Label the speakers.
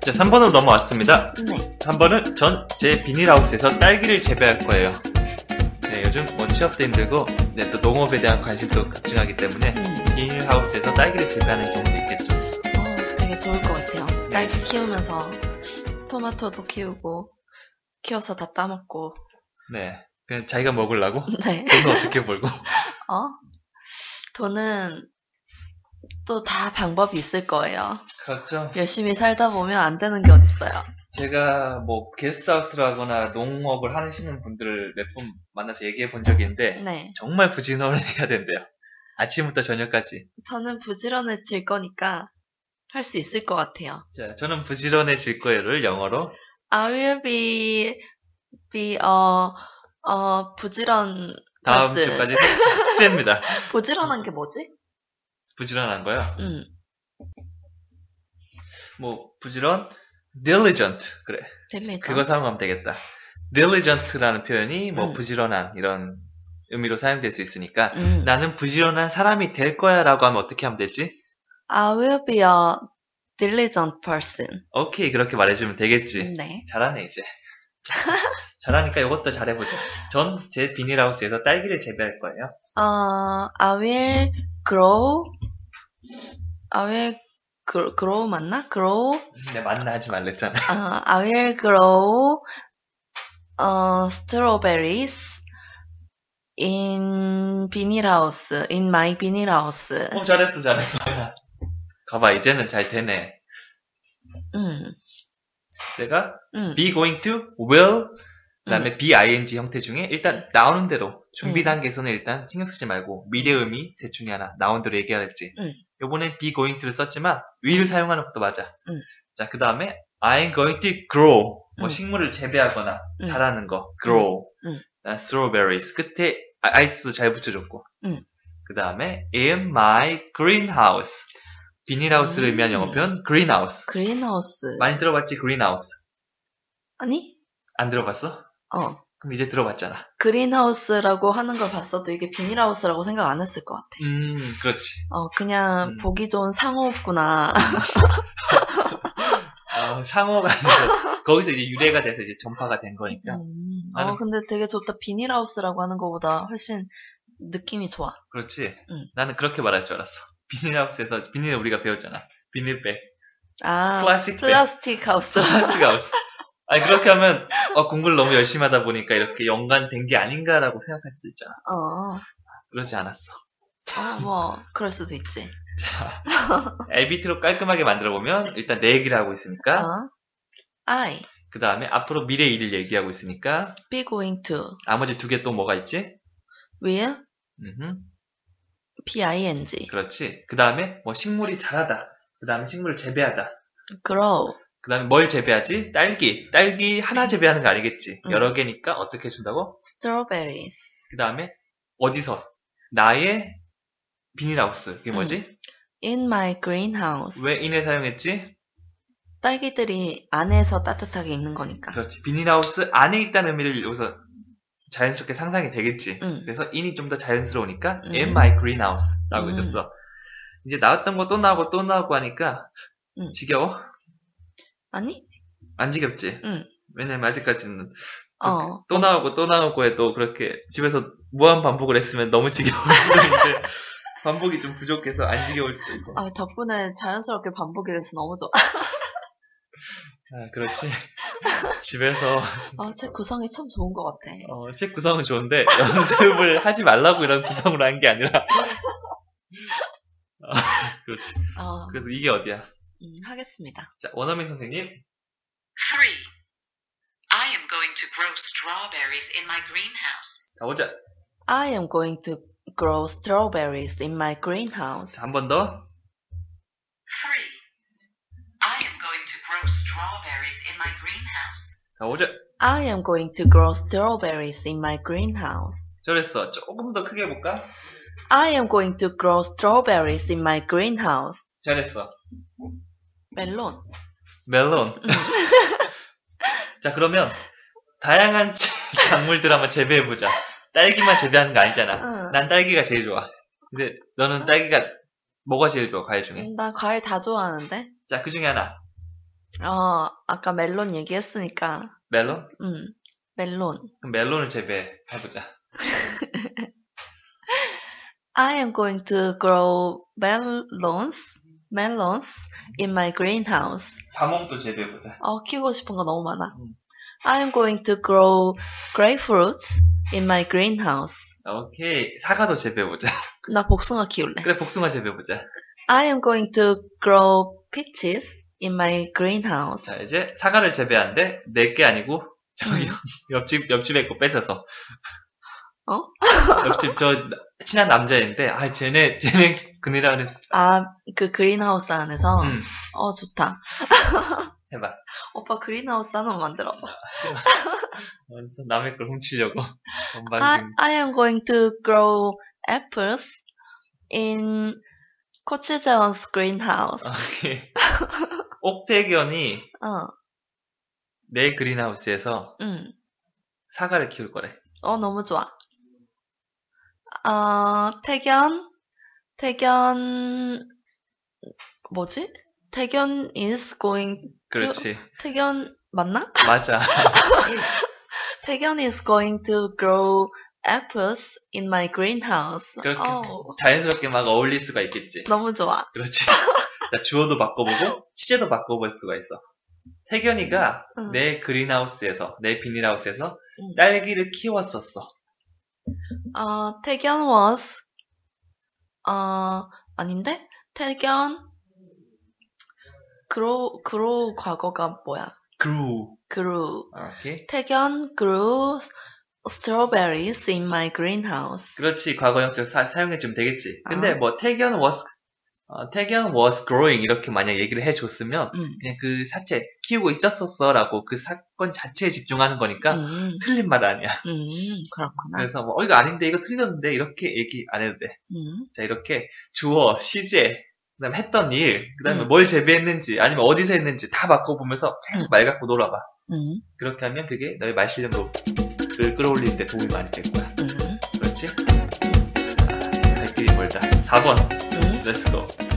Speaker 1: 자, 3번으로 넘어왔습니다.
Speaker 2: 네.
Speaker 1: 3번은 전 제 비닐하우스에서 딸기를 재배할 거예요. 네, 요즘 뭐 취업도 힘들고, 네, 또 농업에 대한 관심도 급증하기 때문에
Speaker 2: 음.
Speaker 1: 비닐하우스에서 딸기를 재배하는 경우도 있겠죠.
Speaker 2: 어, 되게 좋을 것 같아요. 딸기 키우면서 토마토도 키우고 키워서 다 따먹고.
Speaker 1: 네. 그냥 자기가 먹으려고?
Speaker 2: 네.
Speaker 1: 돈은 어떻게 벌고?
Speaker 2: 어? 돈은 또 다 방법이 있을 거예요.
Speaker 1: 그렇죠.
Speaker 2: 열심히 살다 보면 안 되는 게 어딨어요.
Speaker 1: 제가 뭐 게스트하우스라거나 농업을 하시는 분들을 몇 분 만나서 얘기해 본 적이 있는데
Speaker 2: 네.
Speaker 1: 정말 부지런을 해야 된대요. 아침부터 저녁까지.
Speaker 2: 저는 부지런해질 거니까 할 수 있을 것 같아요.
Speaker 1: 자, 저는 부지런해질 거예요를 영어로
Speaker 2: I will be, be, 어, 어, 부지런,
Speaker 1: 다음
Speaker 2: 글쎄.
Speaker 1: 주까지 숙제입니다.
Speaker 2: 부지런한 게 뭐지?
Speaker 1: 부지런한 거요.
Speaker 2: 음,
Speaker 1: 뭐 부지런, diligent 그래.
Speaker 2: 됩니다.
Speaker 1: 그거 사용하면 되겠다. diligent라는 표현이 뭐
Speaker 2: 음.
Speaker 1: 부지런한 이런 의미로 사용될 수 있으니까
Speaker 2: 음.
Speaker 1: 나는 부지런한 사람이 될 거야라고 하면 어떻게 하면 되지?
Speaker 2: I will be a diligent person.
Speaker 1: 오케이 그렇게 말해주면 되겠지.
Speaker 2: 네.
Speaker 1: 잘하네 이제. 잘하니까 이것도 잘해보자. 전 제 비닐하우스에서 딸기를 재배할 거예요.
Speaker 2: 어, I will grow. I will grow, grow 그, 맞나? 어, grow.
Speaker 1: 내가 만나 하지 말랬잖아.
Speaker 2: 어, I will grow 어, strawberries in 비닐하우스, in my 비닐하우스.
Speaker 1: 어, 잘했어 잘했어. 가봐 이제는 잘 되네.
Speaker 2: 음,
Speaker 1: 내가
Speaker 2: 음,
Speaker 1: be going to, will, 그다음에 be ing 형태 중에 일단 나오는 대로 준비
Speaker 2: 음.
Speaker 1: 단계에서는 일단 신경 쓰지 말고 미래 의미 셋 중에 하나 나온 대로 얘기하랬지.
Speaker 2: 음.
Speaker 1: 요번엔 be going to를 썼지만 will을 사용하는 것도 맞아.
Speaker 2: 음.
Speaker 1: 자 그다음에 I'm going to grow 뭐
Speaker 2: 음.
Speaker 1: 식물을 재배하거나
Speaker 2: 음.
Speaker 1: 자라는 거 grow.
Speaker 2: 음. 음.
Speaker 1: 난 strawberries 끝에 아- 아이스도 잘 붙여줬고.
Speaker 2: 음.
Speaker 1: 그다음에 in my greenhouse 비닐하우스를
Speaker 2: 음.
Speaker 1: 의미한 영어 표현 greenhouse
Speaker 2: 그린하우스.
Speaker 1: 많이 들어봤지 greenhouse
Speaker 2: 아니?
Speaker 1: 안 들어봤어?
Speaker 2: 어,
Speaker 1: 그럼 이제 들어봤잖아.
Speaker 2: 그린하우스라고 하는 걸 봤어도 이게 비닐하우스라고 생각 안 했을 것 같아.
Speaker 1: 음, 그렇지.
Speaker 2: 어, 그냥
Speaker 1: 음.
Speaker 2: 보기 좋은 상호구나.
Speaker 1: 어, 상어가 아니고 거기서 이제 유래가 돼서 이제 전파가 된 거니까.
Speaker 2: 음.
Speaker 1: 그러니까. 나는-
Speaker 2: 어, 근데 되게 좋다. 비닐하우스라고 하는 것보다 훨씬 느낌이 좋아.
Speaker 1: 그렇지.
Speaker 2: 음.
Speaker 1: 나는 그렇게 말할 줄 알았어. 비닐하우스에서 비닐 우리가 배웠잖아. 비닐백,
Speaker 2: 아,
Speaker 1: 플라스틱 백,
Speaker 2: 플라스틱 하우스.
Speaker 1: 플라스틱 하우스. 아니 그렇게 하면 어, 공부를 너무 열심히 하다 보니까 이렇게 연관된 게 아닌가라고 생각할 수도 있잖아.
Speaker 2: 어,
Speaker 1: 그러지 않았어.
Speaker 2: 어, 뭐, 그럴 수도 있지.
Speaker 1: 자, LBT로 깔끔하게 만들어 보면 일단 내 얘기를 하고 있으니까
Speaker 2: 어? I
Speaker 1: 그 다음에 앞으로 미래 일을 얘기하고 있으니까
Speaker 2: be going to
Speaker 1: 나머지 두 개 또 뭐가 있지?
Speaker 2: will
Speaker 1: 음흠.
Speaker 2: b i n g
Speaker 1: 그렇지. 그 다음에 뭐 식물이 자라다. 그 다음에 식물을 재배하다.
Speaker 2: grow
Speaker 1: 그 다음에 뭘 재배하지? 딸기. 딸기 하나 재배하는 거 아니겠지.
Speaker 2: 음.
Speaker 1: 여러 개니까 어떻게 해준다고?
Speaker 2: strawberries
Speaker 1: 그 다음에 어디서? 나의 비닐하우스. 그게 뭐지?
Speaker 2: in my greenhouse
Speaker 1: 왜 인을 사용했지?
Speaker 2: 딸기들이 안에서 따뜻하게 있는 거니까.
Speaker 1: 그렇지. 비닐하우스 안에 있다는 의미를 여기서 자연스럽게 상상이 되겠지.
Speaker 2: 음.
Speaker 1: 그래서 인이 좀 더 자연스러우니까
Speaker 2: 음.
Speaker 1: in my greenhouse라고
Speaker 2: 음.
Speaker 1: 해줬어. 이제 나왔던 거 또 나오고 또 나오고 하니까
Speaker 2: 음.
Speaker 1: 지겨워?
Speaker 2: 아니?
Speaker 1: 안 지겹지?
Speaker 2: 응.
Speaker 1: 왜냐면 아직까지는
Speaker 2: 어.
Speaker 1: 또 나오고 또 나오고 해도 그렇게 집에서 무한 반복을 했으면 너무 지겨울 수도 있는데 반복이 좀 부족해서 안 지겨울 수도 있고
Speaker 2: 아, 덕분에 자연스럽게 반복이 돼서 너무 좋아.
Speaker 1: 아, 그렇지 집에서
Speaker 2: 아, 책 구성이 참 좋은 것 같아.
Speaker 1: 어, 책 구성은 좋은데 연습을 하지 말라고 이런 구성으로 한 게 아니라 아, 그렇지
Speaker 2: 어,
Speaker 1: 그래서 이게 어디야
Speaker 2: 음, 하겠습니다.
Speaker 1: 자 원어민 선생님
Speaker 3: 3. I am going to grow strawberries in my greenhouse.
Speaker 1: 자 오자
Speaker 2: I am going to grow strawberries in my greenhouse.
Speaker 1: 자한 번더
Speaker 3: 3. I am going to grow strawberries in my greenhouse.
Speaker 1: 자, 오자
Speaker 2: I am going to grow strawberries in my greenhouse.
Speaker 1: 저랬어 조금 더 크게 볼까
Speaker 2: I am going to grow strawberries in my greenhouse.
Speaker 1: 잘했어
Speaker 2: 멜론.
Speaker 1: 멜론 자 그러면 다양한 채- 작물들 한번 재배해보자. 딸기만 재배하는 거 아니잖아.
Speaker 2: 응.
Speaker 1: 난 딸기가 제일 좋아. 근데 너는 딸기가 뭐가 제일 좋아 과일 중에?
Speaker 2: 음, 나 과일 다 좋아하는데.
Speaker 1: 자 그 중에 하나.
Speaker 2: 어, 아까 멜론 얘기했으니까,
Speaker 1: 멜론?
Speaker 2: 음, 멜론.
Speaker 1: 그럼 멜론을 재배해보자.
Speaker 2: I am going to grow melons, melons in my greenhouse.
Speaker 1: 사몽도 재배해보자.
Speaker 2: 어, 키우고 싶은 거 너무 많아.
Speaker 1: 음.
Speaker 2: I am going to grow grapefruits in my greenhouse.
Speaker 1: 오케이. 사과도 재배해보자.
Speaker 2: 나 복숭아 키울래.
Speaker 1: 그래, 복숭아 재배해보자.
Speaker 2: I am going to grow peaches in my greenhouse.
Speaker 1: 자, 이제 사과를 재배한데, 내 게 아니고, 저기, 옆집, 옆집에 거 뺏어서.
Speaker 2: 음. 어?
Speaker 1: 옆집, 저, 친한 남자인데, 아, 쟤네, 쟤네, 그네랑 했어.
Speaker 2: 아, 그 그린하우스 안에서?
Speaker 1: 음,
Speaker 2: 어, 좋다.
Speaker 1: 해봐.
Speaker 2: 오빠 그린하우스 하나 만들어.
Speaker 1: 완전 남의 걸 훔치려고. 아,
Speaker 2: I,
Speaker 1: 건반지.
Speaker 2: I am going to grow apples in 코치재원's greenhouse.
Speaker 1: 오케이. 옥태견이
Speaker 2: 어, 음.
Speaker 1: 내 그린하우스에서
Speaker 2: 응.
Speaker 1: 사과를 키울 거래.
Speaker 2: 어, 너무 좋아. 어, 태견, 태견, 뭐지? 태견 is going,
Speaker 1: 그렇지.
Speaker 2: 태견, 맞나?
Speaker 1: 맞아.
Speaker 2: 태견 is going to grow apples in my greenhouse.
Speaker 1: 그렇게
Speaker 2: 어우,
Speaker 1: 자연스럽게 막 어울릴 수가 있겠지.
Speaker 2: 너무 좋아.
Speaker 1: 그렇지. 자, 주어도 바꿔보고, 시제도 바꿔볼 수가 있어. 태견이가
Speaker 2: 응.
Speaker 1: 내 그린하우스에서, 내 비닐하우스에서
Speaker 2: 응.
Speaker 1: 딸기를 키웠었어.
Speaker 2: 어, 태견 was, 어, 아닌데? 태견, 그로, 그로 과거가 뭐야?
Speaker 1: grew.
Speaker 2: 그루.
Speaker 1: 아, 오케이.
Speaker 2: 태견 grew strawberries in my greenhouse.
Speaker 1: 그렇지. 과거형적 사, 사용해주면 되겠지. 근데
Speaker 2: 아.
Speaker 1: 뭐, 태견 was, 어, 태견 was growing 이렇게 만약 얘기를 해줬으면,
Speaker 2: 음.
Speaker 1: 그냥 그 사체, 키우고 있었었어 라고 그 사건 자체에 집중하는 거니까
Speaker 2: 음,
Speaker 1: 틀린 말 아니야.
Speaker 2: 음, 그렇구나.
Speaker 1: 그래서 뭐, 어, 이거 아닌데, 이거 틀렸는데, 이렇게 얘기 안 해도 돼.
Speaker 2: 음,
Speaker 1: 자, 이렇게 주어, 시제, 그 다음에 했던 일, 그 다음에
Speaker 2: 음.
Speaker 1: 뭘 재배했는지, 아니면 어디서 했는지 다 바꿔보면서 계속 말 갖고 놀아봐.
Speaker 2: 음,
Speaker 1: 그렇게 하면 그게 너의 말 실력을 끌어올리는데 도움이 많이 될 거야.
Speaker 2: 음,
Speaker 1: 그렇지? 자, 갈 길이 멀다. 4번,
Speaker 2: 음.
Speaker 1: 렛츠고.